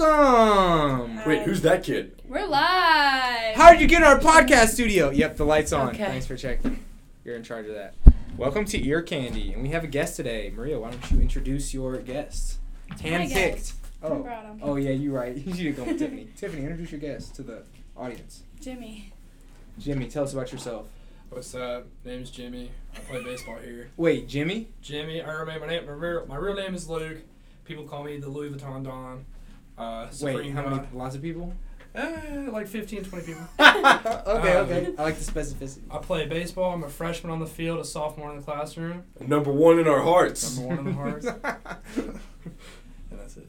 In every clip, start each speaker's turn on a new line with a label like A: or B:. A: Welcome.
B: Wait, who's that kid?
C: We're live.
A: How did you get in our podcast studio? Yep, the lights on.
C: Okay.
A: Thanks for checking. You're in charge of that. Welcome to Ear Candy, and we have a guest today. Maria, why don't you introduce your guest? It's
C: My guest.
A: handpicked.
C: I
A: Oh,
C: brought him.
A: oh yeah, you're right. You should go with Tiffany. Tiffany, introduce your guest to the audience.
C: Jimmy.
A: Jimmy, tell us about yourself.
D: What's up? Name's Jimmy. I play baseball here.
A: Wait, Jimmy?
D: Jimmy, I remember my name. My real, my real name is Luke. People call me the Louis Vuitton Don. Uh,
A: Wait,
D: Supreme
A: how many?
D: God.
A: Lots of people?
D: Eh, like 15, 20 people.
A: okay,
D: Um,
A: okay. I like the specificity.
D: I play baseball. I'm a freshman on the field, a sophomore in the classroom,
B: Number one in our hearts.
D: number one in the hearts. and that's it.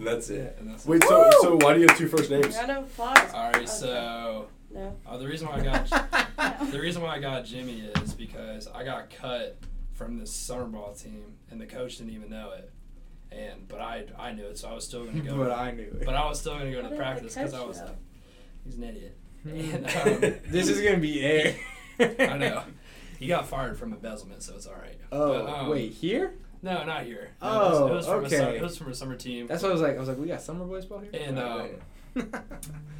B: And that's
D: Yeah,
B: it.
D: and that's
B: Wait, so so why do you have two first names?
C: Round of applause.
D: it. All right, so
C: No.
D: uh, the reason why I got the reason why I got Jimmy is because I got cut from this summer ball team, and the coach didn't even know it. And but I I knew it, so I was still gonna go.
A: but I knew it.
D: But I was still gonna go
C: How
D: to
C: did
D: practice
C: the
D: because
C: coach
D: I was
C: know?
D: like, he's an idiot. And, um,
A: this is gonna be air.
D: I know. He got fired from embezzlement, so it's all right.
A: Oh
D: But, um,
A: wait, here?
D: No, not here. No,
A: Oh,
D: it was, it was from
A: okay.
D: A summer, it was from a summer team.
A: That's what I was like. I was like, we got summer baseball here.
D: And, um,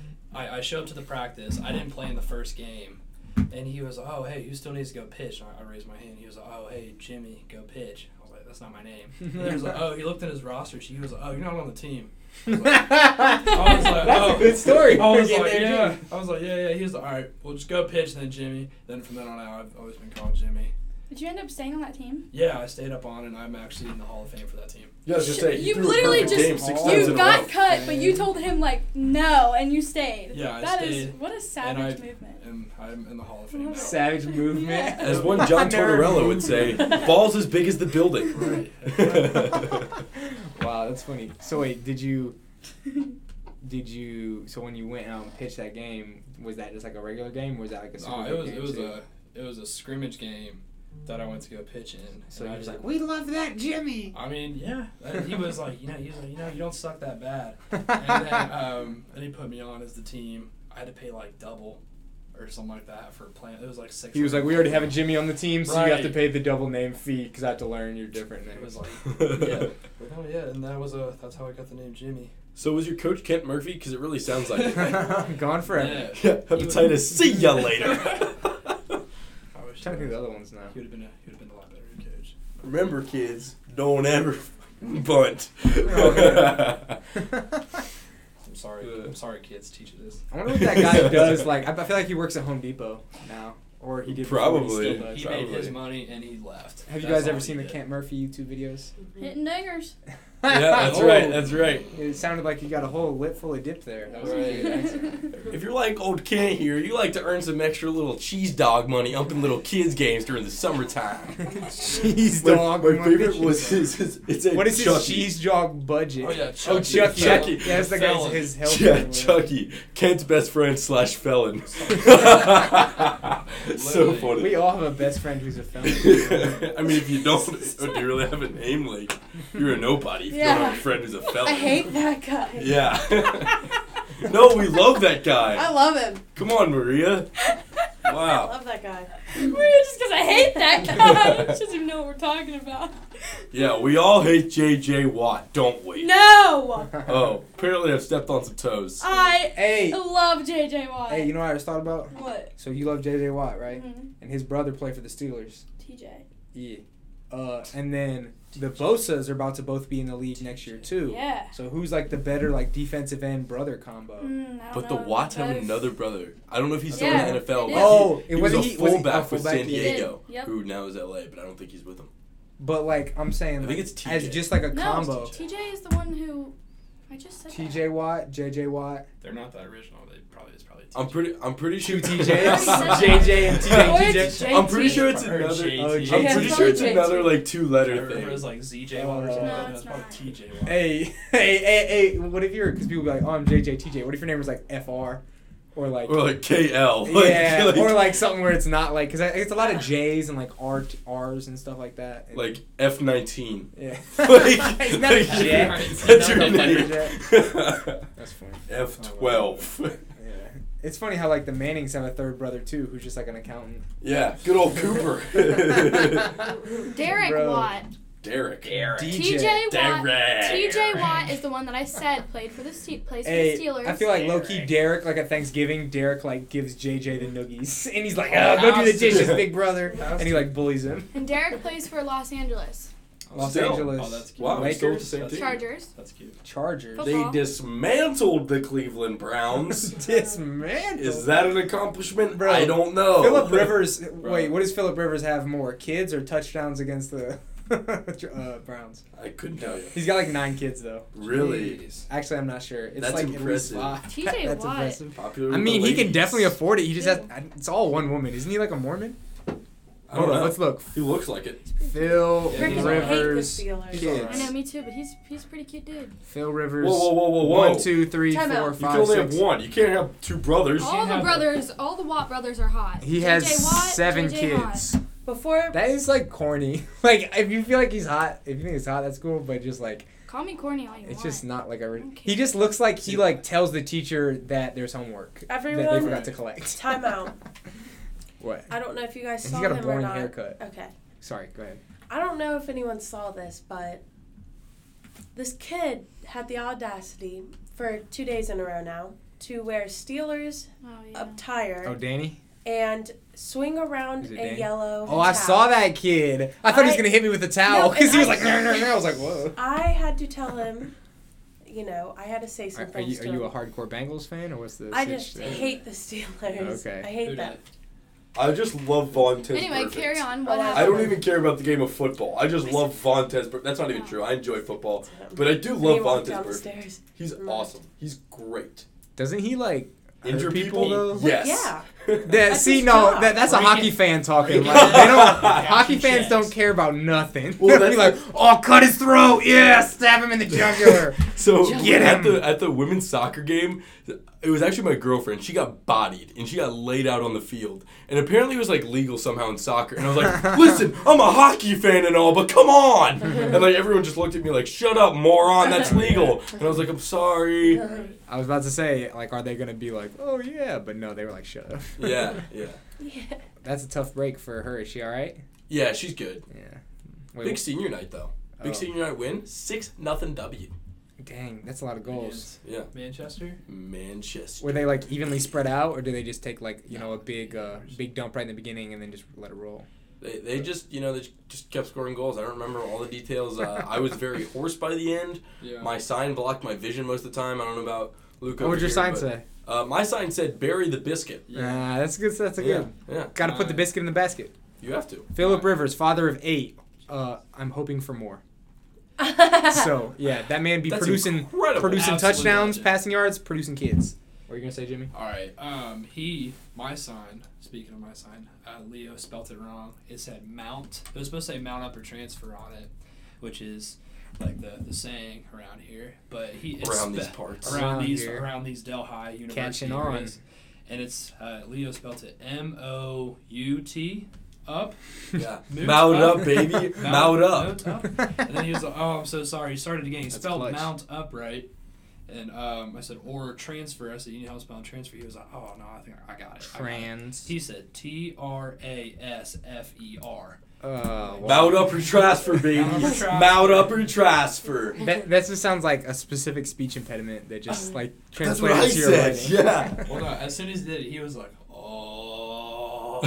D: I, I showed up to the practice. I didn't play in the first game, and he was, oh hey, who still needs to go pitch? And I, I raised my hand. He was, oh hey, Jimmy, go pitch. I was like, that's not my name. And he was like, oh, he looked at his roster. She was like, oh, you're not on the team. I was like,
A: That's
D: oh.
A: a good story.
D: I was
A: Yeah,
D: like,
A: there,
D: yeah.
A: Jimmy.
D: I was like, yeah, yeah. He was like, all right, we'll just go pitch, then Jimmy. Then from then on out, I've always been called Jimmy.
C: Did you end up staying on that team?
D: Yeah, I stayed up on, and I'm actually in the Hall of Fame for that team.
B: Yeah, I was just saying. he
C: You
B: threw a
C: literally
B: perfect
C: just-
B: game six
A: you
B: times in
C: You
B: a
C: got
B: row.
C: cut, but you told him like no, and you stayed.
D: Yeah, I
C: That is
D: stayed,
C: what a savage
D: I-
C: movement.
D: And I'm in the Hall of Fame. now.
A: Savage movement.
C: Yeah.
B: As one John
A: Nerd.
B: Tortorella would say, balls as big as the building.
D: Right.
A: wow, that's funny. So wait, did you? Did you? So when you went out and pitched that game, was that just like a regular game? Or was that like a Super
D: No, it
A: Bowl
D: was
A: game
D: it was
A: too?
D: a it was a scrimmage game that I went to go pitch in. and
A: So
D: I
A: you're
D: just-
A: just like, we love that Jimmy.
D: I mean, yeah. And He was like, you know, he was like, you know, you don't suck that bad. And then, um, then he put me on as the team. I had to pay like double or something like that for playing. It was like six.
A: He was like, we already have a Jimmy on the team, so you have to
D: Right.
A: pay the double name fee because I have to learn your different
D: It
A: names.
D: was like, yeah. But no, yeah, and that was a that's how I got the name Jimmy.
B: So was your coach Kent Murphy? Because it really sounds like it.
A: Gone forever.
D: Yeah.
B: Yeah, hepatitis. See ya later.
D: I wish
A: trying to
D: he
A: think of
D: would
A: the other ones now.
D: have been a he would have been a lot better at coach.
B: Remember, kids, don't ever bunt.
A: Oh,
D: I'm sorry.
B: Yeah.
D: I'm sorry, kids. Teach you this.
A: I wonder what that guy does. Like, I I feel like he works at Home Depot now, or he did. before, he
B: Probably.
A: still does.
D: He made
B: Probably.
D: his money and he left.
A: Have you
D: That's
A: guys ever
D: all
A: seen
D: he
A: the
D: did.
A: Camp Murphy YouTube videos? Oh.
C: Hitting dingers.
B: yeah, that's right. That's right.
A: It sounded like you got a whole lip full of dip there. That was a good
B: Right.
A: answer.
B: If you're like old Kent here, you like to earn some extra little cheese dog money up in little kids' games during the summertime.
A: cheese
B: My-
A: dog.
B: My,
A: we want
B: favorite
A: cheese
B: was
A: dog.
B: his. his it's a E.
A: What is his
B: Chucky.
A: cheese dog budget?
D: Oh yeah,
B: Oh,
D: Chucky.
A: Chucky.
B: Chucky.
A: Yeah, that's the guy's
D: Felon.
A: his health.
B: Yeah,
A: plan.
B: Chucky, Kent's best friend slash felon. so
D: Literally.
B: funny.
A: We all have a best friend who's a felon.
B: I mean, if you don't, do you really have a name? Like, you're a nobody. If you don't have
C: Yeah.
B: a friend who's a felon.
C: I hate that guy.
B: Yeah. no, we love that guy.
C: I love him.
B: Come on, Maria.
A: Oh.
C: I
B: Wow.
C: love that guy. We're just because I hate that guy. she doesn't even know what we're talking about.
B: Yeah, we all hate J.J. Watt, don't we?
C: No,
B: Oh, apparently I've stepped on some toes.
C: I
A: Hey,
C: love JJ Watt.
A: hey, you know what I just thought about?
C: what?
A: So you love JJ Watt, right?
C: Mhm.
A: And his brother played for the Steelers.
C: TJ.
A: Yeah. Uh, and then the Bosa's are about to both be in the league next year too.
C: Yeah.
A: So who's like the better like defensive end brother combo?
C: Mm, I don't
B: But the
C: know.
B: Watts have
C: Both.
B: another brother. I don't know if he's still
C: Yeah,
B: in the NFL.
C: it is.
B: but
A: Oh,
B: he,
A: it
B: he was a
A: wasn't he- was he-
B: fullback
A: oh,
B: with
A: fullback,
B: San
A: yeah.
B: Diego,
C: Yep.
B: who now is LA, but I don't think he's with him.
A: But like I'm saying,
B: I think
A: like,
B: it's
A: as
B: TJ.
A: just like a
C: no,
A: combo.
C: TJ is the one who I just said.
A: TJ Watt, JJ Watt,
D: They're not that original. They probably it's probably.
B: I'm pretty. I'm pretty
A: two
B: sure
A: TJs,
C: J-
A: JJ Oh, and
C: Or
A: TJ.
C: it's
A: TJ.
C: J-
B: I'm pretty
C: JT.
B: sure it's
D: Or
B: another.
D: JT.
A: Oh,
B: I'm
A: Yeah,
B: pretty
A: it's
B: sure it's
C: probably
B: another
C: JT.
B: like two
D: I
B: letter
D: remember it was
B: thing.
D: like ZJ
A: Oh,
D: Watt or something.
A: no,
D: like that.
C: it's
D: It's probably
C: not.
D: TJ Watt.
A: Hey, hey, hey, hey! What if you're? Because people be like, "Oh, I'm JJ, TJ." What if your name was like FR, or like,
B: Or like KL. Like,
A: yeah,
B: like,
A: or like something where it's not like, because it's a lot of J's and like R, R's and stuff like that. And-
B: like F19.
A: yeah,
B: Like,
A: Isn't that a
B: like,
A: J?
B: That's your
A: Isn't that a
B: name.
A: That's funny.
B: F12.
A: Yeah. It's funny how like the Mannings have a third brother too, who's just like an accountant.
B: Yeah, good old Cooper.
C: Derek
A: Bro.
C: Watt.
B: Derek.
E: Derek.
A: DJ.
C: TJ Watt.
B: Derek.
C: TJ Watt is the one that I said played for the Ste- plays for the
A: Hey,
C: Steelers.
A: I feel like low key
E: Derek.
A: Derek, like at Thanksgiving, Derek like gives JJ the noogies, and he's like, oh, "Go do the dishes, big brother," and he like bullies him.
C: and Derek plays for Los Angeles
A: Los
B: Still.
A: Angeles
D: Oh, that's cute.
B: Wow, we're still with the
A: Lakers.
B: same team.
C: Chargers.
D: That's cute.
A: Chargers.
B: They
C: Football.
B: dismantled the Cleveland Browns.
A: Dismantled.
B: Is that an accomplishment?
A: Bro,
B: I don't know.
A: Philip Rivers? Wait, what does Philip Rivers have more kids or touchdowns against the uh, Browns?
B: I couldn't tell you.
A: He's got like nine kids though.
B: Really
D: Jeez.
A: Actually, I'm not sure. It's
B: That's
A: like
B: impressive.
A: At least five.
C: TJ
A: That's
C: Watt.
A: impressive.
B: popular.
A: I
B: with the
A: mean, he can
B: ladies.
A: definitely afford it. He just has.
C: Yeah.
A: I- It's all one woman, isn't he? Like a Mormon.
B: I don't
A: Hold on,
B: know.
A: let's look.
B: He looks like it.
A: Phil
D: Yeah, he's alright.
A: Rivers.
E: I hate the Steelers.
A: Kids.
C: I know, me too, but he's he's a pretty cute dude.
A: Phil Rivers.
B: Whoa, whoa, whoa, whoa, whoa!
A: One, two, three,
E: Time
A: four,
E: out.
B: you
A: five,
B: can only
A: six.
B: have one. You can't have two brothers.
C: All the
D: have-
C: brothers, all the Watt brothers are hot.
A: He
C: TJ
A: has
C: Watt,
A: seven
C: JJ
A: kids.
E: Before
A: That is like corny. Like if you feel like he's hot, if you think he's hot, that's cool. But just like
C: Watt. Call me corny all you
A: it's
C: want.
A: just not like a. Re-
C: don't
A: he
C: care.
A: just looks like he like tells the teacher that there's homework that they
E: everyone,
A: forgot to collect.
E: time out.
A: What?
E: I don't know if you guys
A: He's
E: saw
A: got a
E: him or
A: boring
E: not.
A: haircut.
E: Okay.
A: Sorry, go ahead.
E: I don't know if anyone saw this, but this kid had the audacity for two days in a row now to wear Steelers
C: oh, yeah.
E: attire
A: Oh, Danny.
E: and swing around
A: Is
E: a
A: it Danny?
E: yellow.
A: Oh, I
E: towel.
A: saw that kid. I thought he was
E: I-
A: gonna hit me with a towel
E: No,
A: because he
E: and
A: was
E: I-
A: like, no, no, no. I was like, whoa.
E: I had to tell him, you know, I had to say
A: Are,
E: something.
A: are you
E: to
A: are you a
E: him.
A: hardcore Bengals fan or what's the?
E: I
A: situ-
E: just hate the Steelers.
A: Okay.
E: I
D: Who dat?
E: hate that.
B: I just love Von Tez
C: Anyway,
B: Burfict.
C: carry on. What
E: Oh, I
C: happened?
B: I don't even care about the game of football. I just love Von Tez. Bur- That's not even true. I enjoy football, but I do
E: And he
B: love Von
E: walked
B: Tez.
E: down the
B: Burfict.
E: stairs.
B: He's awesome. He's great.
A: Doesn't he like hurt
B: Injure
A: people, though?
B: Yes.
E: Yeah.
A: That,
E: That's
A: see,
E: his
A: no,
E: job.
A: that, that's a
D: Freaking-
A: hockey fan talking.
D: freaking-
A: Like, they don't,
B: Yeah,
A: hockey
D: he
A: fans
D: checks.
A: don't care about nothing.
B: Well,
A: They're
B: that's
A: like, oh, cut his throat. Yeah, stab him in the jugular.
B: So
A: Get
B: at
A: him.
B: the at the women's soccer game, it was actually my girlfriend. She got bodied and she got laid out on the field. And apparently it was like legal somehow in soccer. And I was like, "Listen, I'm a hockey fan and all, but come on!" And like everyone just looked at me like, "Shut up, moron! That's legal." And I was like, "I'm sorry."
A: I was about to say, like, are they going to be like, oh, yeah? But no, they were like, shut up.
B: Yeah, yeah,
E: Yeah.
A: That's a tough break for her. Is she all right?
B: yeah. She's good.
A: Yeah.
B: Big
A: Wait,
B: senior night though.
A: Oh.
B: Big senior night win six nothing W.
A: dang, that's a lot of goals.
B: Yeah,
D: Manchester.
B: Manchester.
A: Were they like evenly spread out, or do they just take like you know a big, uh, big dump right in the beginning and then just let it roll?
B: They, they just you know they just kept scoring goals. I don't remember all the details. Uh, I was very hoarse by the end.
D: Yeah.
B: My sign blocked my vision most of the time. I don't know about Luke.
A: What
B: over
A: would your
B: here,
A: sign
B: but-
A: say?
B: Uh, my sign said bury the biscuit.
D: yeah.
A: Ah, that's good. That's a
B: yeah,
A: good.
B: yeah,
A: Got to put the
D: Uh,
A: biscuit in the basket.
B: you have to.
A: Philip Rivers, father of eight. Uh, I'm hoping for more. So yeah, that man be
B: That's
A: producing
B: incredible.
A: producing
D: Absolute
A: touchdowns,
D: legend.
A: passing yards, producing kids. What are you gonna say, Jimmy?
D: All right. Um, he, my sign. Speaking of my sign, uh, Leo spelt it wrong. It said mount. It was supposed to say mount up or transfer on it, which is like the, the saying around here. But he it's
B: Around
D: spe-
B: these parts.
D: around,
A: Around
D: these
A: here.
D: around these Delhi University.
A: Catching on.
D: areas. And it's uh, Leo spelt it M O U T up.
B: Yeah,
D: Moot
B: mount
D: up.
B: up, baby,
A: Mount-
B: mount up.
D: moot up. And then he was like, "Oh, I'm so sorry." He started again. He
A: That's
D: spelled
A: clutch.
D: mount upright, and um, I said or transfer. I said, "You need help spelling transfer." He was like, "Oh no, I think I got it." I got it."
A: Trans.
D: He said T R A S F E R.
A: Uh, wow.
B: Mount up or transfer, baby.
D: Mount up or transfer.
B: Mount up or transfer.
A: That, that just sounds like a specific speech impediment that just like
B: That's what I
A: translates to your
B: said.
A: writing.
B: Yeah.
D: Well, no, as soon as he did it, he was like, "Oh."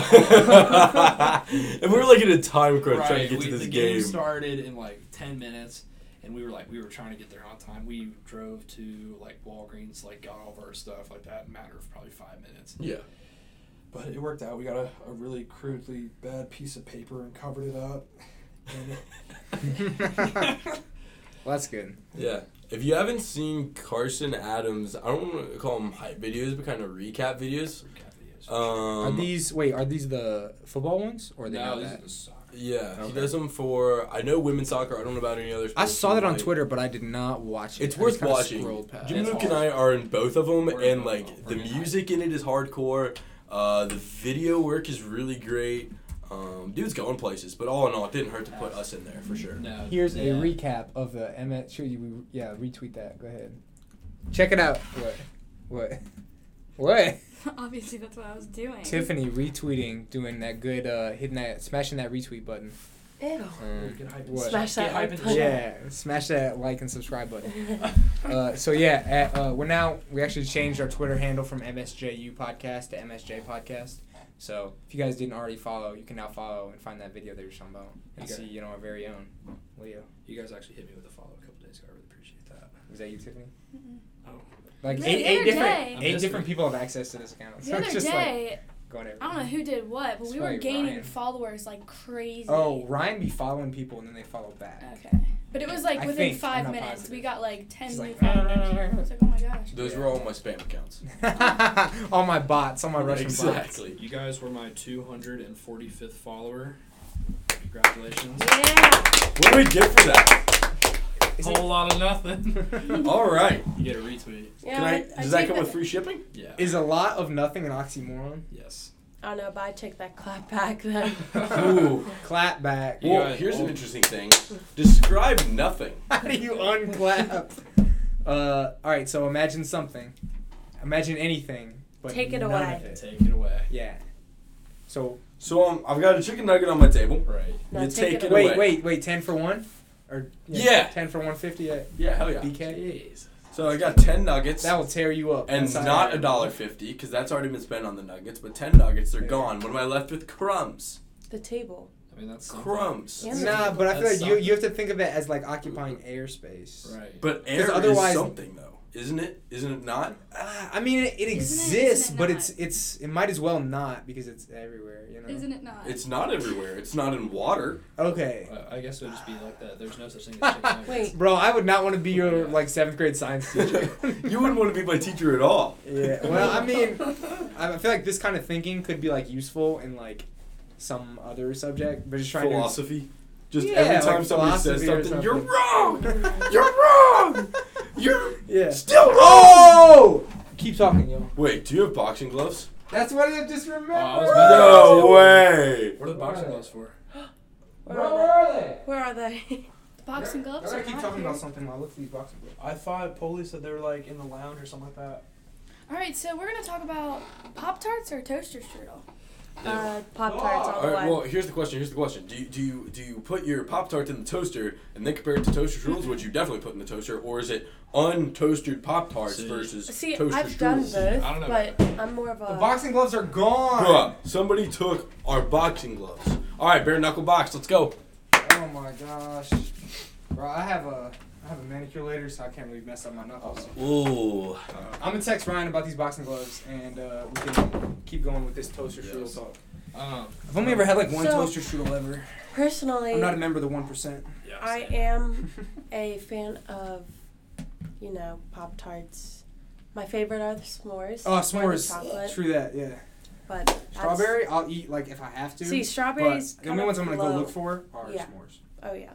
B: and we were like in a time crunch
D: right.
B: trying to get
D: we,
B: to this
D: the game.
B: game.
D: started in like ten minutes, and we were like, we were trying to get there on time. We drove to like Walgreens, like got all of our stuff like that in a matter of probably five minutes.
B: Yeah.
D: But it worked out. We got a, a really crudely bad piece of paper and covered it up.
A: well, that's good.
B: Yeah. If you haven't seen Carson Adams, I don't want to call them hype videos, but kind of recap videos.
A: are
B: Um,
A: these wait? Are these the football ones or are they
D: no,
A: not
D: this
A: that?
D: is soccer.
B: yeah, he
A: Okay.
B: does them for I know women's soccer. I don't know about any other.
A: I
B: sports
A: saw that on
B: like-
A: Twitter, but I did not watch it.
B: It's
A: I
B: worth
A: just kinda
B: watching.
A: scrolled past.
B: Jim
D: It's
B: Luke and
D: hard.
B: I are in both of them,
D: We're in
B: and
D: both of
B: like
D: them.
B: the
D: We're in
B: music in it is hardcore. Uh, the video work is really great. Um, dude's going places, but all in all, it didn't hurt to put us in there for sure.
D: No,
A: Here's a
D: yeah.
A: recap of the MS. Sure, you yeah, retweet that. Go ahead. Check it out. What? What? What?
C: Obviously, that's what I was doing.
A: Tiffany retweeting, doing that good, uh, hitting that, smashing that retweet button.
E: Ew.
A: Mm.
D: Get hype.
A: What?
E: Smash
D: Get
E: that
D: hype
E: like
D: into
E: button.
A: Yeah, smash that like and subscribe button. Uh, so yeah, at, uh, we're now we actually changed our Twitter handle from MSJU podcast to MSJ podcast. So if you guys didn't already follow, you can now follow and find that video that you're talking about and
D: Okay.
A: see you know our very own Leo.
D: You guys actually hit me with a follow a couple days ago. I really appreciate that.
A: Was that you, Tiffany?
D: Oh.
A: Like
C: The
A: eight,
C: other
A: eight different
C: day-
A: eight different people have access to this account.
C: The
A: So
C: other
A: it's just like
C: day,
A: going everywhere.
C: I don't know who did what, but we were
A: Sorry,
C: gaining
A: Ryan.
C: followers like crazy.
A: Oh, Ryan be following people and then they follow back.
C: Okay. But it was like
A: I
C: within
A: think, I'm
C: five
A: not
C: minutes,
A: positive.
C: we got like ten
A: She's
C: new
A: like,
C: followers. I was like, oh my gosh.
B: Those were all my spam accounts.
A: all my bots, all my Russian bots.
B: exactly.
D: Oh, You guys were my 245th follower. Congratulations.
E: Yeah.
B: What do we get for that?
A: Is it- Oh,
D: Whole lot of nothing.
B: All right.
D: you get a retweet.
E: Yeah.
B: Can I,
E: I
B: does that
E: take
B: come with free shipping?
D: Yeah.
A: Is a lot of nothing an oxymoron?
D: yes.
E: I don't know, Oh, but I take that clap back then.
B: Ooh.
A: Clap back.
D: You
B: Well,
D: guys-
B: here's an
D: oh.
B: interesting thing. Describe nothing.
A: How do you unclap? uh, all right. So imagine something. Imagine anything. But
E: Take it
A: none
E: away.
A: of it.
D: Take it away.
A: Yeah. So
B: So um, I've got a chicken nugget on my table.
D: Right.
E: No,
B: you
E: take
B: take,
E: it
B: it
A: wait,
B: away.
A: wait, wait. Ten for one, or
B: Yeah.
A: ten for one fifty at
B: Yeah, hell yeah.
A: BK.
D: Jeez.
B: So I got ten nuggets.
A: That will tear you up.
B: and
A: inside
B: not
A: out.
B: a dollar fifty because that's already been spent on the nuggets. But ten nuggets, they're
A: Yeah.
B: gone. What am I left with? Crumbs.
E: the table.
D: I mean, that's something.
B: Crumbs.
E: Yeah.
A: Nah, but I feel
D: That's
A: like you, you have to think of it as like occupying airspace.
D: Right.
B: But air
A: otherwise-
B: is something though, isn't it? Isn't it not?
A: Ah, I mean, it, it exists,
C: isn't it
A: but
C: not?
A: it's it's it might as well not because it's everywhere. You know.
C: Isn't it not?
B: It's not everywhere. It's not in water.
A: okay.
D: I- I guess it would just be like that. There's no such thing as chicken nuggets.
E: Wait.
A: Bro, I would not want to be your like seventh grade science teacher.
B: you wouldn't want to be my teacher at all.
A: Yeah. Well, I mean, I I feel like this kind of thinking could be like useful in like some other subject, but just trying
B: philosophy. Just
A: Yeah,
B: every
A: like
B: time somebody says
A: philosophy or
B: something, you're
A: something."
B: wrong. You're wrong. You're
A: to. Yeah.
B: still wrong.
A: Oh! Keep talking, yo.
B: Wait, do you have boxing gloves?
A: That's what I just remembered.
D: Oh, was about
B: No way.
D: What are the boxing gloves for?
E: Where
A: Bro,
E: are
A: are they?
E: they? Where are they?
C: Boxing gloves.
A: I
C: are
A: gotta keep
C: not
A: talking
C: here.
A: about something while I look at these boxing gloves.
D: I thought police said they were like in the lounge or something like that.
C: All right, so we're gonna talk about Pop Tarts or Toaster Strudel.
E: Uh, Pop Tarts all
B: All
E: the
B: right.
E: way.
B: Well, here's the question. Here's the question. Do you do you do you put your pop tart in the toaster and then compare it to toaster strudels, which you definitely put in the toaster, or is it untoasted pop tarts
D: See.
B: versus
E: See,
B: toaster
E: I've done
B: strudels?
E: both,
D: I don't know.
E: but I'm more of a.
A: The
C: uh,
A: boxing gloves are gone.
B: Bruh, somebody took our boxing gloves. All right, bare knuckle box. Let's go.
A: Oh my gosh. Bro, I have a I have a manicure later, so I can't really mess up my knuckles.
D: Um,
B: Ooh.
D: Oh.
A: I'm gonna text Ryan about these boxing gloves, and uh, we can keep going with this toaster
D: Yes.
A: strudel talk.
D: Um,
A: I've only ever had like one
E: So-
A: toaster strudel ever.
E: personally,
A: I'm not a member of the one percent.
D: yeah,
E: I
D: same.
E: am a fan of, you know, Pop Tarts. My favorite are the s'mores.
A: Oh,
E: or the
A: s'mores.
E: chocolate,
A: True that, yeah.
E: but that's-
A: Strawberry, I'll eat like if I have to.
E: See,
A: but
E: strawberries.
A: the only ones I'm gonna go
E: low.
A: look for are
E: Yeah.
A: s'mores.
E: Oh yeah,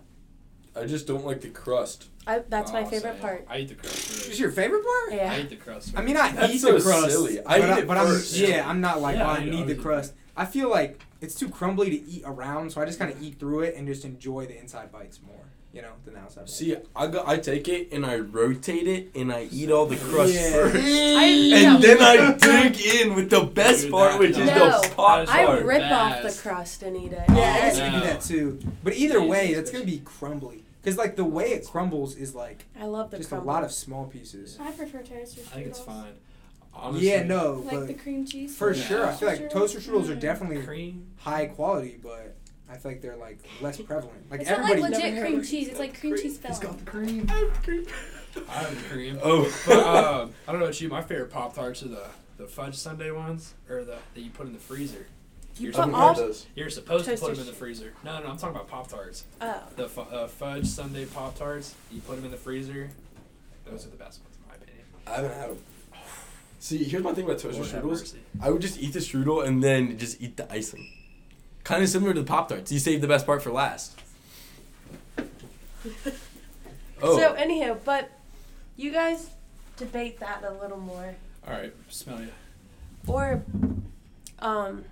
B: I just don't like the crust.
E: I, that's my
D: I'll
E: favorite
D: say.
E: part.
D: I eat the crust.
A: Is
D: first.
A: your favorite part?
E: Yeah.
D: I eat the crust.
A: I mean, I
B: That's
A: eat
B: so
A: the crust.
B: silly. I
A: but
B: eat it
A: but
B: first.
A: I'm, yeah, I'm not like
D: Yeah,
A: oh,
D: I
A: I
D: eat it
A: need the
D: first.
A: crust. I feel like it's too crumbly to eat around, so I just kind of eat through it and just enjoy the inside bites more, you know, than the outside. bites.
B: See, I go, I take it and I rotate it and I eat all the crust
A: Yeah.
B: first.
C: No.
B: And then I dig in with the best
D: Dude,
B: part,
D: that-
B: which is
E: No.
B: the pop
D: I-
E: I
B: tart.
E: rip off
D: Best.
E: the crust and eat it.
A: Yeah, I
D: Oh,
A: guess we
D: no.
A: do that too. But either way,
D: Jesus,
A: that's gonna
D: bitch.
A: be crumbly. Cause like the way it crumbles is like
E: I love the
A: just
E: crumble.
A: a lot of small pieces.
C: I prefer Toaster Strudels.
D: I think it's fine. Honestly,
A: yeah, no,
C: Like
A: but
C: the cream cheese.
A: for
D: Yeah.
A: sure, I feel like toaster strudels are
C: Mm.
A: definitely
D: Cream.
A: high quality, but I feel like they're like less prevalent. Like
C: It's not like
A: everybody,
C: legit
E: Never
C: cream
E: had-
C: cheese. It's like cream cheese
A: has got
C: filling.
A: the cream.
D: I have cream.
B: Oh,
D: But um, I don't know about you. My favorite pop tarts are the the fudge sundae ones, or the that you put in the freezer.
E: You
D: You're
E: put
D: talking
E: all.
D: about You're supposed to put
E: Toaster
D: them in the
E: sh-
D: freezer. No, no, I'm talking about pop tarts.
E: Oh,
D: The fu- uh, fudge sundae pop tarts. You put them in the freezer. Those are the best ones, in my opinion.
B: I haven't had 'em. See, here's my thing about toaster
D: Lord have
B: strudels.
D: mercy.
B: I would just eat the strudel and then just eat the icing. Kind of similar to the pop tarts. You save the best part for last. Oh,
E: So anyhow, but you guys debate that a little more,
D: All right, smell you.
E: or, um,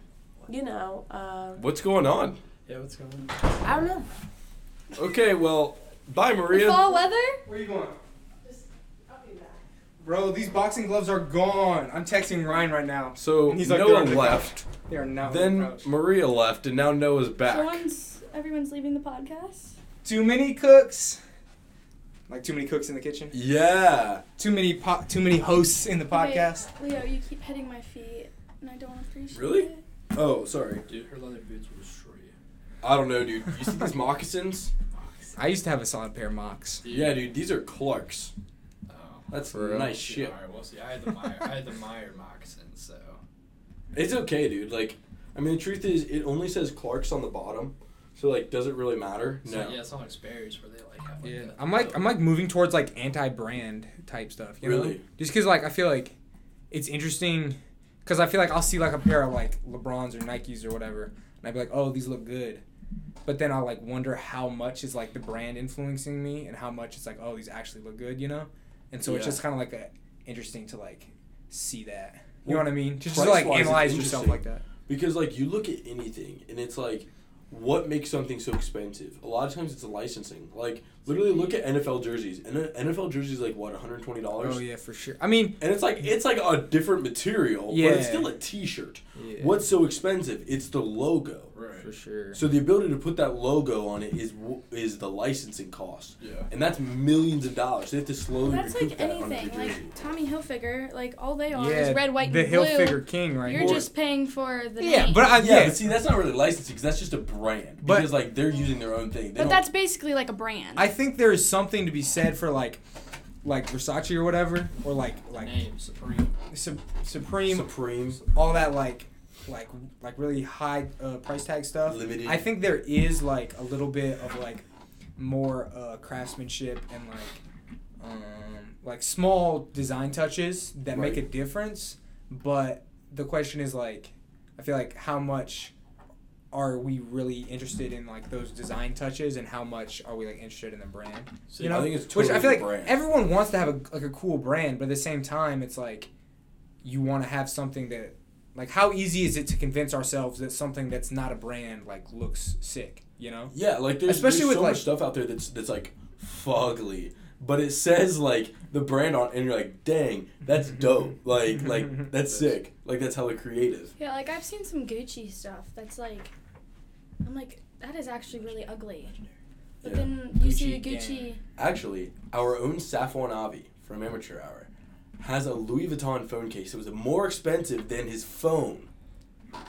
E: you know, uh,
B: what's going on?
D: Yeah, what's going on?
E: I don't know.
B: Okay, well, bye,
C: The
B: Maria.
C: fall weather.
A: Where you going? Bro, these boxing gloves are gone. I'm texting Ryan right now.
B: So
A: And he's like,
B: Noah
A: they're on the
B: left.
A: They are not. on the
B: Then
A: couch.
B: Maria left, and now Noah's back.
C: Someone's everyone's leaving the podcast.
A: Too many cooks. Like too many cooks in the kitchen.
B: Yeah.
A: Too many po- too many hosts in the podcast.
C: Wait, Leo, you keep hitting my feet, and I don't appreciate
B: Really?
C: it.
B: Oh, sorry.
D: Dude, her leather boots will destroy you.
B: I don't know, dude. You see these moccasins?
A: I used to have a solid pair of mocks.
B: Yeah, dude. These are Clark's.
D: Oh.
B: That's
A: For real?
B: nice
D: Yeah,
B: shit.
D: All right, we'll see. I had the Meyer, I had the Meyer moccasins, so
B: It's okay, dude. Like, I mean, the truth is, it only says Clark's on the bottom, so like, does it really matter?
D: So, yeah, it's not like Sperry's where they like have like.
A: Yeah,
D: a-
A: I'm like I'm like moving towards like anti-brand type stuff. You Know?
B: Really?
A: Just because like I feel like it's interesting because I feel like I'll see like a pair of like LeBrons or Nikes or whatever, and I'd be like, oh, these look good, but then I like wonder how much is like the brand influencing me and how much it's like, oh, these actually look good, you know? And so it's
B: Yeah.
A: just kind of like a, interesting to like see that. You know what I mean? Just, to
B: price-wise,
A: like
B: it's
A: analyze yourself
B: interesting.
A: like that.
B: Because like, you look at anything, and it's like, what makes something so expensive? A lot of times, it's licensing. Like, literally, look at NFL jerseys. And a- NFL jerseys like what, 120 dollars?
A: Oh yeah, for sure. I mean,
B: And it's like it's like a different material, but
A: Yeah.
B: it's still a T-shirt.
A: yeah,
B: What's so expensive? It's the logo.
D: Right.
A: for sure.
B: So the ability to put that logo on it is w- is the licensing cost,
D: Yeah.
B: and that's millions of dollars. They have to slowly
C: That's
B: recoup
C: like
B: that on every
C: anything.
B: jersey.
C: Like Tommy Hilfiger, like all they are
A: yeah,
C: is red, white,
A: the
C: and
A: hill
C: blue.
A: figure king right
C: You're
A: here.
C: just paying for the
A: yeah,
C: name.
A: but I,
B: yeah,
A: Uh, yeah,
B: but see, that's not really licensing because that's just a brand.
A: But-
B: because like they're using their own thing. They
C: But
B: don't-
C: that's basically like a brand.
A: I think there is something to be said for like, like Versace or whatever, or like
D: The
A: like
D: name Supreme.
A: Sup- Supreme,
B: Supreme.
A: all that like, like like really high uh, price tag stuff.
B: Limited.
A: I think there is like a little bit of like more uh, craftsmanship and like um, like small design touches that make
B: Right.
A: a difference. But the question is like, I feel like how much are we really interested in like those design touches and how much are we like interested in the brand?
D: So
A: You know,
B: I think it's totally
A: Which I feel
B: the
A: like
B: brand.
A: everyone wants to have a, like a cool brand, but at the same time, it's like you want to have something that, like, how easy is it to convince ourselves that something that's not a brand like looks sick? You know?
B: yeah, like there's,
A: Especially
B: there's
A: with,
B: so
A: like-
B: much stuff out there that's that's like fugly, but it says like the brand on, it, and you're like, dang, that's dope. Like like that's sick. Like that's hella creative.
C: yeah, like I've seen some Gucci stuff that's like, I'm like, that is actually really ugly. But
B: Yeah.
C: then you see the
A: Gucci
C: Gucci.
B: Actually, our own Safwan Avi from Amateur Hour has a Louis Vuitton phone case. It was more expensive than his phone.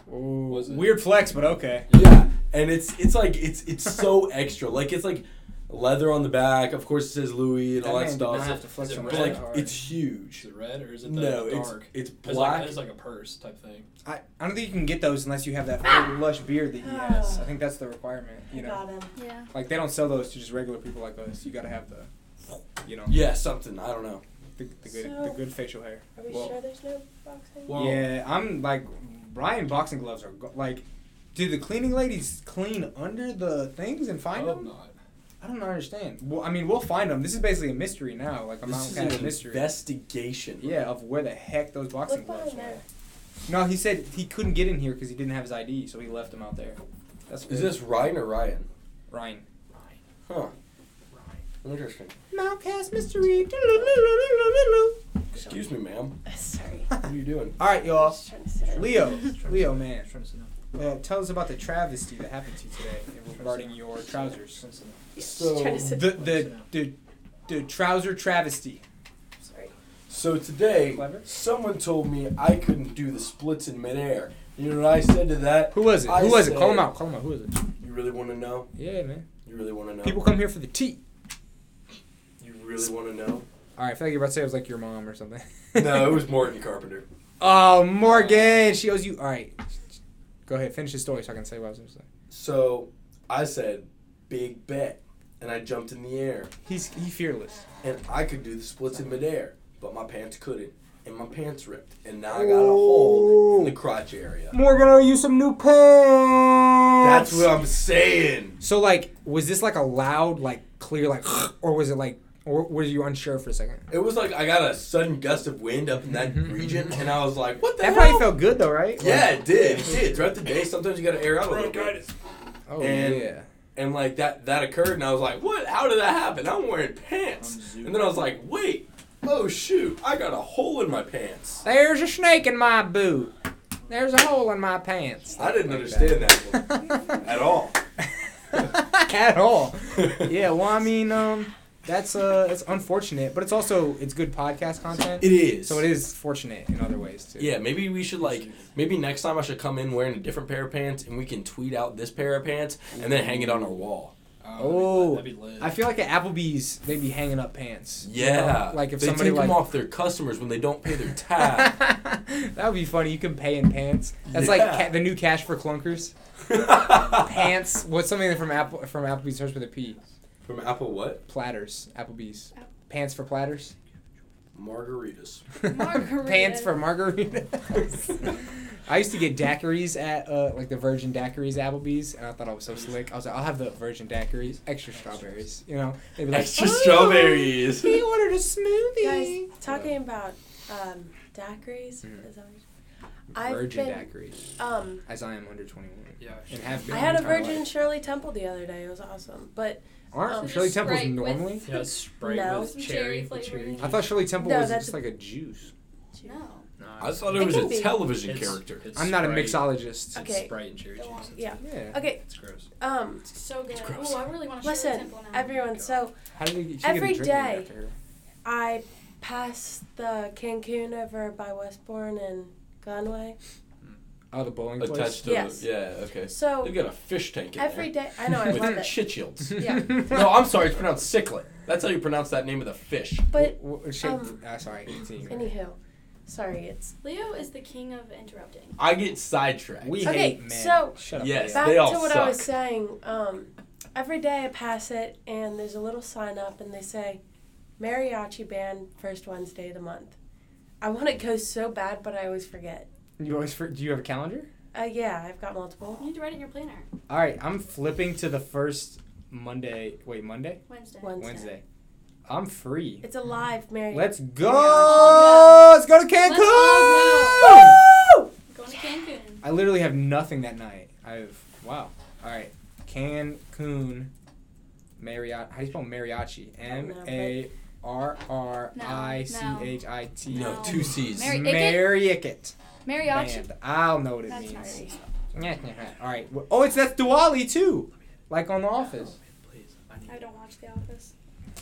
A: Ooh,
D: Was it?
A: weird flex, but okay.
B: Yeah, and it's it's like it's it's so extra. Like it's like leather on the back. Of course, it says Louis and
A: That
B: all
A: man
B: that
A: did not
B: stuff.
A: have to flex
D: Is it
A: on
B: But
A: red
B: like
A: hard.
B: it's
D: Is
B: huge.
D: it red or is it the,
B: No,
D: the
B: it's
D: dark?
B: it's
D: It's like,
B: black.
D: it's like a purse type thing.
A: I, I don't think you can get those unless you have that full lush beard that he has. I think that's the requirement.
E: I
A: You know,
E: got him.
C: Yeah.
A: like they don't sell those to just regular people like us. You gotta have the, you know,
B: Yeah, something. I don't know.
A: the, the good the
E: So-
A: good facial hair.
E: Are we
A: Well-
E: sure there's no boxing?
D: Well-
A: yeah, I'm like Brian. Boxing gloves are go- like. Do the cleaning ladies clean under the things and
D: I
A: find
B: Oh,
D: hope
A: them?
D: not.
A: I don't understand. Well, I mean, we'll find them. This is basically a mystery now. Like a
B: This
A: Mountain
B: is
A: County
B: an
A: mystery.
B: investigation.
A: Yeah, of where the heck those boxing
E: Look
A: gloves
E: behind
A: were.
E: there.
A: No, he said he couldn't get in here because he didn't have his ID, so he left them out there. That's
B: Is
A: weird.
B: this Ryan or Ryan?
A: Ryan?
B: Huh. Interesting.
A: Mountcast mystery.
B: Excuse me, ma'am.
E: Sorry.
B: What are you doing?
A: All right,
E: I
A: y'all.
E: was trying to say that.
A: Leo, Leo, man,
D: Trying to sit down.
A: uh, tell us about the travesty that happened to you today regarding your trousers.
D: Trying to sit down.
E: Just trying to
B: So-
E: sit-
A: The the the, the trouser travesty.
E: Sorry.
B: So today,
A: Clever.
B: someone told me I couldn't do the splits in midair. You know what I said to that?
A: Who was it?
B: I
A: Who was it?
B: said-
A: Call him out. Call him out. Who was it?
B: You really want to know?
A: Yeah, man.
B: You really want to know?
A: People come here for the tea.
B: You really want to know?
A: All right, I feel like you're about to say it was like your mom or something.
B: no, it was Morgan Carpenter.
A: Oh, Morgan, she owes you. All right, go ahead, finish the story so I can say what I was going to say.
B: So I said, big bet, and I jumped in the air,
A: He's he fearless.
B: and I could do the splits in midair, but my pants couldn't, and my pants ripped, and now I got a hole in the crotch area.
A: Morgan, owe you some new pants.
B: That's what I'm saying.
A: So like, was this like a loud, like clear, like, or was it like, or were you unsure for a second?
B: It was like I got a sudden gust of wind up in that region, and I was like, what the
A: That
B: hell?
A: probably felt good though, right?
B: Yeah, it did. It did. Throughout the day, sometimes you gotta air out a little bit.
A: Like, oh
B: And-
A: yeah.
B: And like that, that occurred, and I was like, "What? How did that happen? I'm wearing pants." And then I was like, "Wait, oh shoot, I got a hole in my pants."
A: There's a snake in my boot. There's a hole in my pants.
B: I didn't understand that one at all.
A: at all. Yeah, well, I mean, um, that's uh, it's unfortunate, but it's also it's good podcast content.
B: It is.
A: So it is fortunate in other ways too.
B: Yeah, maybe we should like maybe next time I should come in wearing a different pair of pants and we can tweet out this pair of pants and then hang it on our wall.
A: Oh,
D: that'd be lit.
A: I feel like at Applebee's they'd be hanging up pants. you know?
B: Yeah,
A: Like if
B: they
A: somebody
B: take
A: like
B: them off their customers when they don't pay their tab.
A: that would be funny. You can pay in pants. That's
B: Yeah.
A: like ca- the new cash for clunkers. Pants. What's something from Apple from Applebee's starts with a P?
B: From Apple what?
A: Platters. Applebee's.
C: App-
A: Pants for platters.
B: Margaritas.
A: Pants for margaritas. I used to get daiquiris at uh, like the Virgin Daiquiris at Applebee's, and I thought I was so slick. I was like, I'll have the Virgin Daiquiris, extra strawberries. You know, they'd be like,
B: Extra
A: "Oh,
B: strawberries.
A: He ordered a smoothie.
E: Guys, talking about um, daiquiris.
A: Mhm.
E: Is that what you- I've
A: virgin
E: been-
A: daiquiris,
E: um,
A: as I am under 21
D: yeah.
A: and have been.
E: I
A: my
E: had a
A: entire
E: Virgin
A: life.
E: Shirley Temple the other day. It was awesome. But
A: Aren't
E: um,
A: Shirley Temples
F: Sprite with-
A: normally?
D: Yeah, it's sprayed
E: No.
D: with
F: Some
D: cherry.
F: cherry
D: the cherry.
F: flavoring.
A: I thought Shirley Temple
E: No,
A: was
E: that's
A: just
E: a-
A: like a juice.
F: No.
B: I thought it
E: It
B: was
E: can
B: a
E: be.
B: television
D: It's-
B: character.
D: it's
A: I'm not a
D: Sprite.
A: mixologist.
D: It's
E: Okay.
D: Sprite and cherry
F: Go
D: juice.
F: on.
D: It's-
E: yeah.
A: Yeah.
E: Okay.
D: It's gross.
E: Um.
F: It's so good.
B: gross.
F: Oh, I really want to Shirley
E: Listen,
F: Temple now.
E: everyone. So
A: How did you she
E: Every
A: get a drink named
E: day.
A: after her?
E: I passed the Cancun over by Westbourne and Gunway.
A: Oh, the bowling place.
B: Attached to
E: Yes.
B: it. Yeah, okay.
E: So
B: They've got a fish tank in
E: every
B: there.
E: day, I know I
B: with
E: love it.
B: shit shields.
E: Yeah.
B: no, I'm sorry, it's pronounced cichlid. That's how you pronounce that name of the fish.
E: But
A: W- w- shit,
E: um,
A: ah, sorry. continue.
E: anywho, sorry. It's
F: Leo is the king of interrupting.
B: I get sidetracked.
A: We
E: Okay,
A: hate men.
E: so-
A: Shut up.
B: Yes.
A: Leo.
E: back
B: they all
E: to what I was
B: suck.
E: saying. Um, every day I pass it, and there's a little sign up, and they say, "Mariachi band first Wednesday of the month." I want to go so bad, but I always forget.
A: You always for, do you have a calendar?
E: Uh, yeah, I've got multiple.
F: You need to write it in your planner.
A: All right, I'm flipping to the first Monday. Wait, Monday?
F: Wednesday.
E: Wednesday.
A: Wednesday. I'm free.
E: It's a live Mary.
A: Let's go.
E: go.
A: Let's go to
F: Let's all
A: Cancun. Woo!
F: Going to Cancun.
A: I literally have nothing that night. I have wow. All right, Cancun, mariachi. How do you spell mariachi? M A R R I C H I T.
B: No,
F: No.
B: two C's.
F: Mary-
A: Mariacket
F: Mariachi.
A: band. I'll know what it
F: That's not
A: means.
F: right.
A: Yeah, yeah, yeah. All right. Well, Oh, it's that's Diwali too, like on The Office.
D: Oh, Please, I need
F: I don't watch The Office.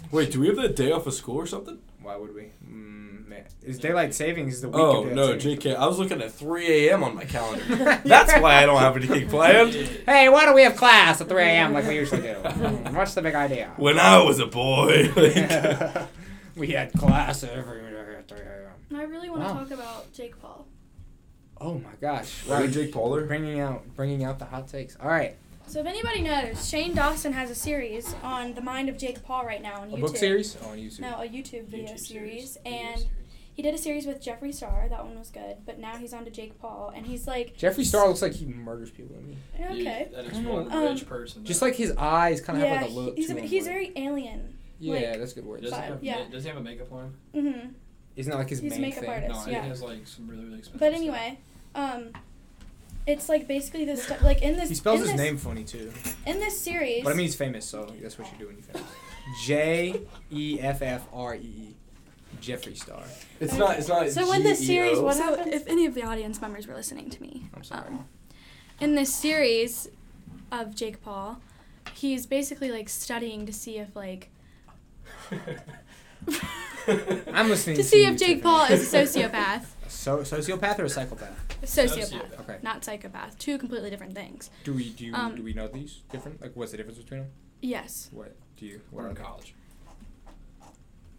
B: Wait, do we have that day off of school or something?
A: Why would we? Mm, man. Is daylight savings is the week
B: Oh
A: of
B: no,
A: daylight savings.
B: JK. I was looking at 3 a.m. on my calendar.
A: That's
B: That's why I don't have anything planned.
D: Yeah.
A: Hey, why don't we have class at 3 a.m. like we usually do? Mm, What's the big idea?
B: When I was a boy. like-
A: we had class every day at 3 a.m.
F: No, I really want to
A: Wow.
F: talk about Jake Paul.
A: Oh my gosh!
B: Why did Jake Paul there?
A: bringing out bringing out the hot takes. All right,
F: So if anybody knows, Shane Dawson has a series on the mind of Jake Paul right now on
A: a
F: YouTube.
A: book series Oh, on YouTube.
F: No, a YouTube video
D: YouTube
F: series.
D: series. Video
F: And he did a series with Jeffree Star. That one was good. But now he's on to Jake Paul, and he's like,
A: Jeffree Star looks like he murders people. I mean,
F: okay, Um,
D: You- That is
A: I don't
D: one
F: know.
D: rich person.
A: just
D: though.
A: like his eyes kind of
F: yeah,
A: have like a look.
F: he's
A: to
F: a,
A: him,
F: he's
A: like-
F: very alien.
A: yeah,
F: like-
A: that's a good word.
D: Does he have,
F: yeah.
D: Does he have a makeup line?
F: hmm
A: Isn't that like his
F: He's a
A: main
F: makeup
A: thing?
F: artist.
D: No,
F: yeah.
D: he has like some really really expensive.
F: But anyway, um, it's like basically this stu- like in this
A: He spells
F: in
A: his
F: this-
A: name funny too,
F: in this series.
A: but I mean he's famous, so that's what you do when you're famous. J E F F R E E, Jeffree Star.
B: It's not. It's not. E
E: So when this series
B: GEO.
E: was-
F: so
E: happens-
F: if any of the audience members were listening to me,
A: I'm sorry.
F: um, in this series of Jake Paul, he's basically like studying to see if like
A: I'm listening
F: to see
A: you,
F: if Jake
A: Tiffany.
F: Paul is a sociopath,
A: So sociopath or a psychopath?
F: a sociopath,
D: Sociopath.
A: Okay.
F: not psychopath. Two completely different things.
A: Do we do you,
F: Um,
A: do we know these different? Like, what's the difference between them?
F: Yes,
A: What do you? What
D: we're
A: are
D: in
A: they?
D: college.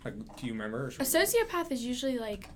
A: Like, do you remember? Or should
F: a
A: we-
F: sociopath is usually like.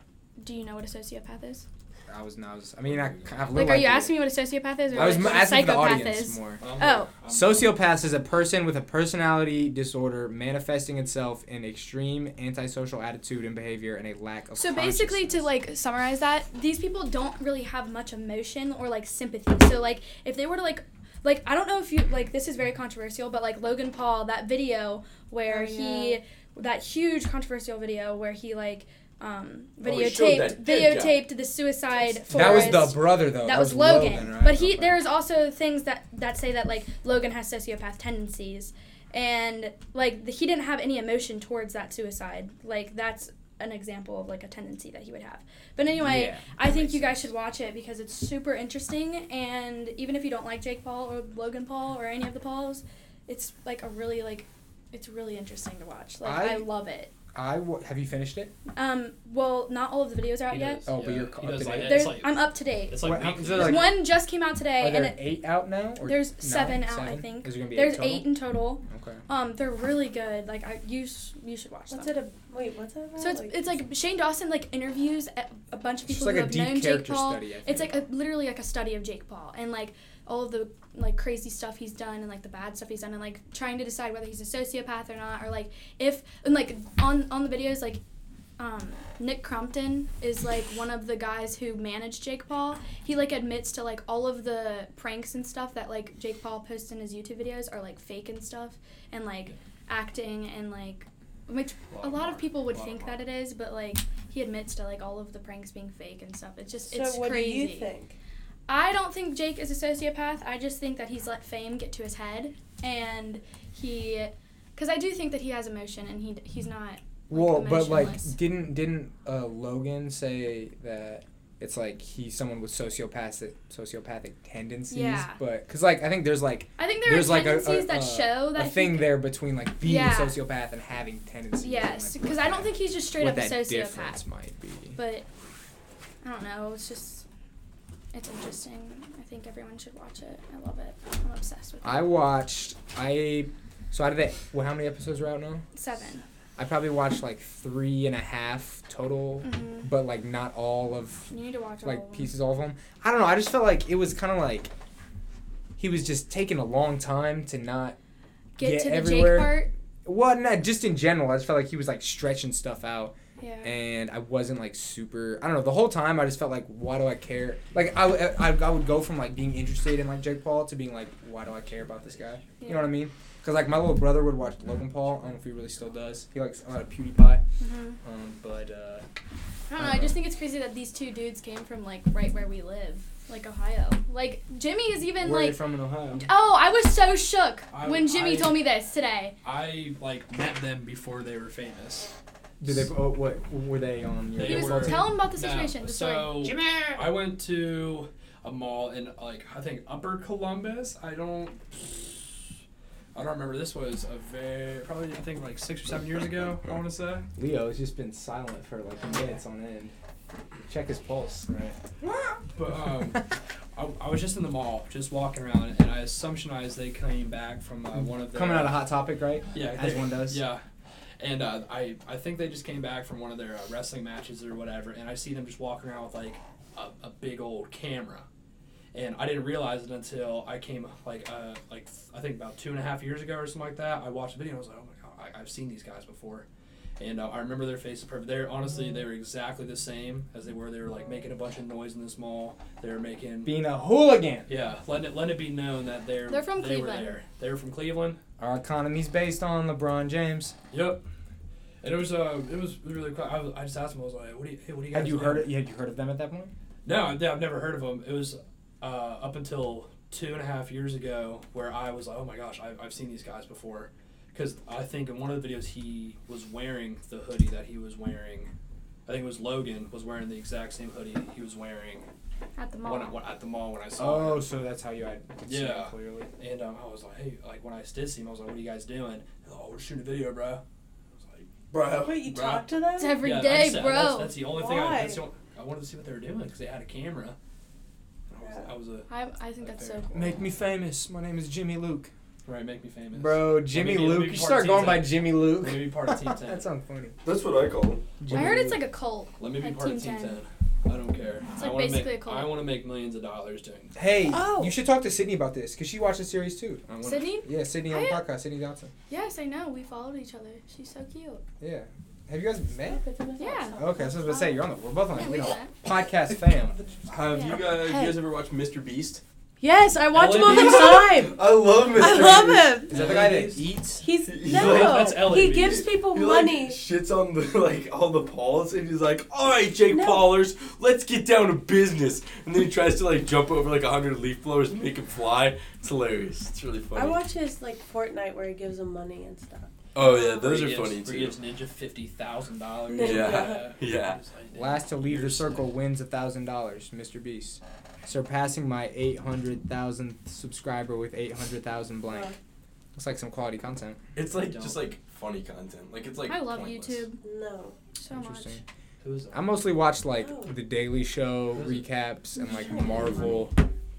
F: Do you know what a sociopath is?
A: I was, I was. I mean, I kind of
F: Like, are you asking me what a sociopath is, or
A: I was m-
F: what a
A: asking for the
F: psychopath
A: audience
F: is?
A: more.
D: I'm-
F: Oh.
D: I'm-
A: Sociopath is a person with a personality disorder manifesting itself in extreme antisocial attitude and behavior and a lack of.
F: So basically, to
A: consciousness.
F: like summarize that, these people don't really have much emotion or like sympathy. So like, if they were to like, like I don't know if you like this is very controversial, but like Logan Paul, that video where
E: Oh, yeah.
F: he, that huge controversial video where he like, um,
B: Oh, he showed
F: videotaped
B: that dead guy.
F: videotaped the suicide.
A: Oh, that was
F: forest.
A: the brother though.
F: That, was, Logan,
A: right?
F: but he
A: Okay.
F: there is also things that that say that like Logan has sociopath tendencies, and like the, he didn't have any emotion towards that suicide. Like that's an example of like a tendency that he would have. But anyway, I
A: that
F: think
A: makes
F: you guys should watch it because it's super interesting. And even if you don't like Jake Paul or Logan Paul or any of the Pauls, it's like a really like it's really interesting to watch. Like I,
A: I-
F: love it.
A: I w- have you finished it?
F: Um, well, not all of the videos are out
D: He
F: yet.
D: does,
A: Oh, but
D: yeah.
A: you're up
D: He does
A: to
D: like-
A: date.
D: it's
F: There's,
D: like
F: I'm up to date.
D: it's like
A: What-
D: weekly.
A: is it like-
F: One just came out
A: Are
F: today, and
A: there
F: it,
A: eight out now? or
F: there's
A: nine?
F: seven out, I think.
A: Is there gonna be
F: there's
A: eight, total?
F: eight in total.
A: Okay.
F: Um, they're really good. Like I, you, sh- you should watch
E: What's
F: them.
E: it? A, wait, what's it? About?
F: So it's it's like Shane Dawson like interviews a, a bunch of
A: It's just
F: people
A: like
F: who
A: a
F: have
A: deep
F: known Jake
A: character
F: Paul.
A: study. I think.
F: It's like a, literally like a study of Jake Paul and like all of the like crazy stuff he's done and like the bad stuff he's done and like trying to decide whether he's a sociopath or not or like if and like on on the videos like um, Nick Crompton is like one of the guys who managed Jake Paul. He like admits to like all of the pranks and stuff that like Jake Paul posts in his YouTube videos are like fake and stuff and like acting and like which a lot of people would
D: Lot of
F: think
D: art.
F: that it is, but like he admits to like all of the pranks being fake and stuff. It's just
E: so
F: it's
E: what
F: crazy.
E: do you think?
F: I don't think Jake is a sociopath. I just think that he's let fame get to his head and he cuz I do think that he has emotion and he d- he's not
A: well, but
F: emotionless.
A: like, didn't didn't uh, Logan say that it's like he's someone with sociopathic sociopathic tendencies?
F: Yeah.
A: But because like I think there's like
F: I think there
A: There's
F: are
A: like a- a-
F: tendencies that
A: a-
F: show that
A: a
F: he
A: thing
F: c-
A: there between like being
F: Yeah.
A: a sociopath and having tendencies. and,
F: Yes,
A: like,
F: because
A: what
F: I don't
A: that-
F: think he's just straight
A: what
F: up a
A: that
F: sociopath.
A: difference might be.
F: But I don't know. It's just it's interesting. I think everyone should watch it. I love it. I'm obsessed with it.
A: I watched I so out of the well, how many episodes are out now?
F: Seven.
A: I probably watched like three and a half total,
F: Mm-hmm.
A: but like not all of
F: You need to watch all of
A: like
F: them.
A: pieces all of them. I don't know. I just felt like it was kind of like he was just taking a long time to not.
F: Get
A: get
F: to the
A: everywhere.
F: Jake part.
A: Well, not just in general. I just felt like he was like stretching stuff out,
F: Yeah.
A: and I wasn't like super. I don't know. The whole time, I just felt like, why do I care? Like I, w- I, I would go from like being interested in like Jake Paul to being like, why do I care about this guy? You know what I mean? Because like my little brother would watch Logan Paul. I don't know if he really still does. He likes uh, a lot of PewDiePie.
F: hmm
A: Um, but uh,
F: I don't know. I just think it's crazy that these two dudes came from like right where we live, like Ohio. Like Jimmy is even
A: where are you
F: like.
A: from in Ohio?
F: Oh, I was so shook
D: I-
F: when Jimmy
D: I-
F: told me this today.
D: I like met them before they were famous.
A: Did they? Oh, what were they on? Your
D: They
F: He was
D: were-
A: football team?
F: tell him about the
D: No,
F: situation. the story.
D: so I went to a mall in like I think Upper Columbus. I don't. I don't remember. This was a very probably I think like six or seven years ago. I want to say.
A: Leo has just been silent for like minutes on end. Check his pulse.
D: Right. But um, I, I was just in the mall, just walking around, and I assumptionized they came back from uh, one of their
A: Coming out of Hot Topic, right?
D: Yeah,
A: As
D: they-
A: one does.
D: Yeah. And uh, I, I think they just came back from one of their uh, wrestling matches or whatever, and I see them just walking around with like a, a big old camera, and I didn't realize it until I came like uh, like I think about two and a half years ago or something like that. I watched a video, and I was like, oh my god, I, I've seen these guys before, and uh, I remember their faces perfect. They're honestly they were exactly the same as they were. They were like making a bunch of noise in this mall. They were making
A: Being a hooligan.
D: yeah, letting it letting it be known that they're
F: They're from
D: they
F: Cleveland.
D: Were there. They were from Cleveland.
A: Our economy's based on LeBron James.
D: Yep. And it was uh, it was it was really cool. I, was, I just asked him. I was like, "What do you? Hey, what do you guys?"
A: Had you
D: do?"
A: heard it? Had you heard of them at that point?
D: No, I've, I've never heard of him. It was uh, up until two and a half years ago where I was like, "Oh my gosh, I've, I've seen these guys before," because I think in one of the videos he was wearing the hoodie that he was wearing. I think it was Logan was wearing the exact same hoodie he was wearing
F: at the mall.
D: when, when, at the mall when I saw him.
A: Oh, so that's how you had. seen it
D: Yeah.
A: Clearly.
D: And um, I was like, hey, like when I did see him, I was like, what are you guys doing? They're like, oh, we're shooting a video, bro. I was like,
A: Oh,
D: bro.
E: Wait, you
D: bro.
E: talk to them?
F: it's every
D: Yeah,
F: day,
D: I just- I-
F: bro.
D: That's, that's the only thing. I,
E: Why?
D: that's the only, I wanted to see what they were doing because they had a camera. And I was, I was a
F: I, I think that's so cool.
A: Make me famous. My name is Jimmy Luke.
D: right. Make me famous,
A: Bro, Jimmy
D: Maybe-
A: Luke.
D: maybe
A: You
D: part
A: start
D: of
A: going
D: Team
A: by
D: Ten.
A: Jimmy Luke.
D: Maybe part of Team Ten.
A: That's unfunny.
B: That's what I call him.
F: I heard it's
A: Luke.
F: like a cult.
D: Let me be
F: Like
D: part of
F: Team
D: Team
F: 10.
D: Ten. I don't care.
F: It's
D: I
F: like
D: wanna
F: basically
D: make,
F: a cult.
D: I want to make millions of dollars doing. That.
A: Hey,
E: Oh.
A: you should talk to Sydney about this because she watched the series too.
D: I wanna,
F: Sydney?
A: Yeah, Sydney on the
F: I-
A: podcast. Sydney Johnson.
F: Yes, I know. We followed each other. She's so cute.
A: Yeah. Have you guys met?
F: Yeah.
A: Okay, so I was about to
E: Oh.
A: say you're on the. We're both on
F: Yeah,
A: the
F: we
A: you know,
F: met.
A: podcast fam.
B: Have
F: Yeah.
B: you guys
E: Hey.
B: you guys ever watched Mr. Beast?
E: Yes, I watch him all the
D: LAB?
E: time.
B: I love Mr.
E: I
B: Beast.
E: love him.
A: Is that the guy that
D: LABs?
A: eats?
E: He's
B: He's
E: no.
B: like-
D: That's
E: he
D: LAB.
E: gives people
B: He
E: money.
B: like shits on the like all the Pauls and he's like, "All right, Jake
E: No.
B: Paulers, let's get down to business." And then he tries to like jump over like a hundred leaf blowers and make him fly. It's hilarious. It's really funny.
E: I watch his like Fortnite where he gives them money and stuff.
B: Oh yeah, those are
D: Free
B: funny
D: gives-
B: too.
D: free gives Ninja fifty thousand dollars.
E: Yeah.
B: Yeah.
A: Last to leave the circle wins a thousand dollars, Mr. Beast, surpassing my eight hundred thousandth subscriber with eight hundred thousand blank.
E: Wow.
A: Looks like some quality content.
B: It's like
D: Don't.
B: just like funny content. Like it's like
F: I love
B: pointless.
F: YouTube
E: No.
F: so much.
A: Interesting.
D: Who's that?
A: I mostly watch like
E: Oh.
A: the Daily Show
D: Those are-
A: recaps and like Marvel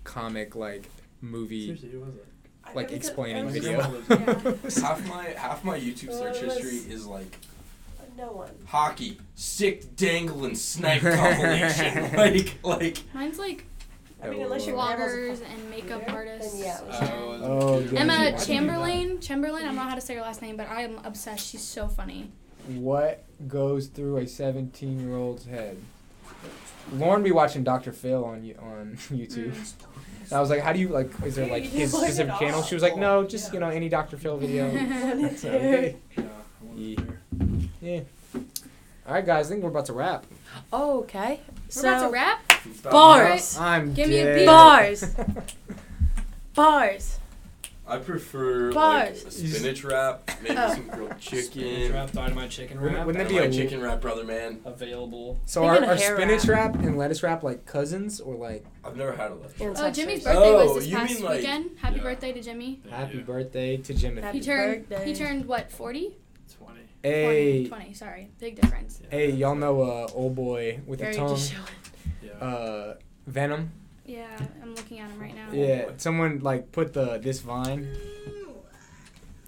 A: comic like movie
D: Seriously, who was it?
E: I-
A: like
E: I was-
A: explaining
E: I was-
A: video.
B: Half my half my YouTube search
E: Well, it was-
B: history is like
E: No one.
B: hockey, sick dangling snipe compilation. like like
F: Mine's like
E: I mean, unless you're
F: bloggers and makeup artists.
E: Then yeah, it was
F: and-
A: Oh, yeah. Why'd you
F: Emma
A: do that?
F: Chamberlain. Chamberlain. I don't know how to say her last name, but I am obsessed. She's so funny.
A: What goes through a 17 year old's head? Lauren be watching Dr. Phil on you- on YouTube. And I was like, how do you like? Is there
E: You
A: like
E: just
A: his
E: look it
A: specific channel?
E: up.
A: She was like, no, just you know any Dr. Phil video.
E: Wanted
A: That's okay.
E: to.
D: Yeah, I wasn't
A: Ye-
D: there.
A: yeah. All right, guys. I think we're about to wrap.
E: Oh, okay.
F: We're about to
E: So
F: wrap.
B: it's about-
E: bars,
A: I'm
F: Give me a
A: dead.
F: beat.
E: Bars. bars.
B: I prefer
E: Bars.
B: like a spinach wrap, maybe
E: Oh.
B: some grilled
D: Spinach
B: chicken.
D: wrap, dynamite chicken
A: Wouldn't-
D: wrap.
A: wouldn't
B: That'd
A: That'd be a-
B: chicken wrap, brother man.
D: available?
A: So
E: Think
A: are,
E: of a
A: are
E: hair
A: spinach wrap. and lettuce wrap like cousins or like
B: I've never had a left.
F: Oh, Jimmy's
E: Ancestors.
F: birthday
B: Oh,
F: was this
B: you
F: past
B: mean, like-
F: weekend. Happy
D: Yeah.
F: birthday to Jimmy.
A: happy
D: Yeah.
A: birthday to Jimmy?
E: Happy
F: He turned.
E: birthday.
F: He turned what? 40?
D: Twenty.
F: 20,
A: Hey,
F: 20, Sorry, big difference.
A: hey, y'all know uh old boy with the
E: Very
A: tongue,
E: just showing.
D: Yeah.
A: uh, Venom.
F: Yeah, I'm looking at him right now.
A: Yeah,
B: boy.
A: someone like put the this vine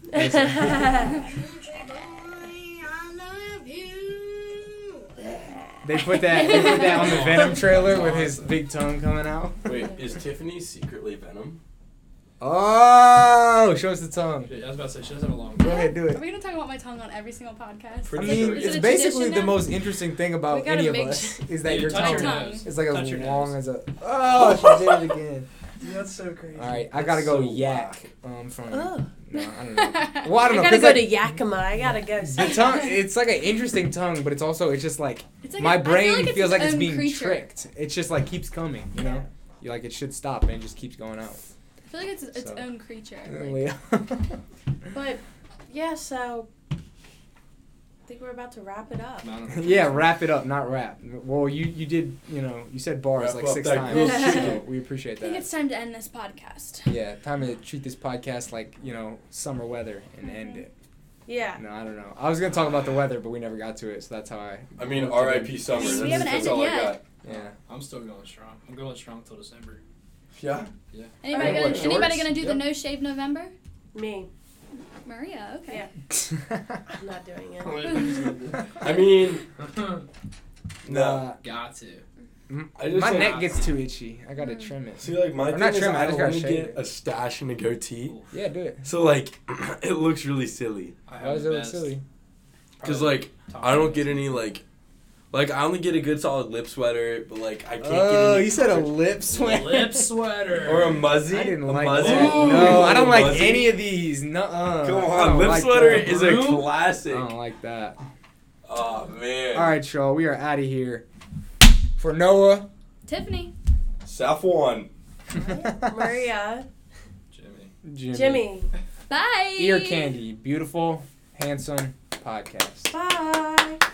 A: They put that they put that on the Venom trailer with his big tongue coming out.
B: Wait, is Tiffany secretly Venom?
A: Oh, show us the tongue.
D: Shit, I was about to say she doesn't have a long.
A: Go ahead, do
F: Are
A: it.
F: we gonna talk about my tongue on every single podcast?
A: I
B: Pretty
A: mean,
B: sure
F: Is it
A: it's
F: a
A: basically
F: tradition
A: the
F: now?
A: most interesting thing
E: We
A: about
E: gotta
A: any of
E: make
A: us
E: sure-
A: is that
D: Dude,
A: your
D: touch
A: tongue
F: your nose.
A: is like
D: Touch
A: as
D: your
A: long
D: nose.
A: as a. Oh, she did it again.
D: That's so crazy.
A: All right, I gotta
B: That's
A: go
B: so
A: yak
B: whack.
A: um from.
E: Oh.
A: No, I don't know. Well, I
E: I
A: don't know.
E: gotta
A: 'cause,
E: go
A: like,
E: to Yakima. I gotta go.
A: the tongue, it's like an interesting tongue, but it's also it's just like
F: It's like
A: my
F: a- I feel
A: brain
F: like it's
A: feels
F: its
A: like it's
F: own
A: being
F: creature.
A: tricked. It's just like keeps coming, you know. You like it should stop and it just keeps going out.
F: I feel like it's its
A: So. uh,
F: own creature. like-
A: Leo.
E: But yeah, so I think we're about to wrap it up.
A: yeah, wrap it up, not rap. Well, you you did you know you said bars
B: Wrap
A: like
B: up
A: six
B: that
A: times.
B: grilled
A: so
B: chicken.
A: we appreciate
F: I think
A: that.
F: it's time to end this podcast.
A: Yeah, time to treat this podcast like you know summer weather and end it.
E: Yeah.
A: No, I don't know. I was gonna talk about the weather, but we never got to it, so that's how I.
B: I mean, R.I.P. Summer.
F: We
B: That's,
F: haven't
B: that's
F: ended
B: all I
F: yet.
B: got.
A: Yeah.
D: I'm still going strong. I'm going strong till December.
B: Yeah.
F: Anybody,
A: Alright,
F: gonna,
A: what,
F: anybody
A: shorts?
F: gonna do the
A: Yep.
F: no shave November?
E: Me.
F: Maria, okay.
E: Yeah. I'm not doing it.
B: I mean, no.
A: Uh,
D: Got to.
B: I just
A: my
B: like-
A: neck gets too itchy. I gotta trim it.
B: See, like my
A: I'm
B: thing
A: not
B: is
A: trimming, I
B: I
A: just gotta
B: want to
A: shave
B: get
A: it.
B: a stash and a goatee.
A: Yeah, do it.
B: So like, it looks really silly.
D: I
A: Why
D: have
A: does
D: the
A: it look
D: best.
A: silly?
B: Cause like
D: Top
B: I don't
D: five.
B: get any like, like I only get a good solid lip sweater, but like I can't
A: Oh,
B: get any.
A: you said a lip sweat.
D: lip sweater.
B: or a muzzy.
A: I didn't
B: a
A: like
B: muzzy.
A: that.
D: Ooh.
A: No, I don't
B: A
A: like
B: muzzy?
A: any of these. Nuh-uh.
B: Come
A: I
B: on,
A: don't
B: lip
A: like
B: sweater
A: that.
B: is a
D: Brew?
A: I
B: classic.
A: don't like that.
B: Oh man.
A: All right, y'all. We are out of here. For Noah.
F: Tiffany.
B: Safwan.
E: Maria.
D: Jimmy.
A: Jimmy.
E: Jimmy.
F: Bye.
A: Ear Candy. Beautiful, handsome podcast.
E: Bye.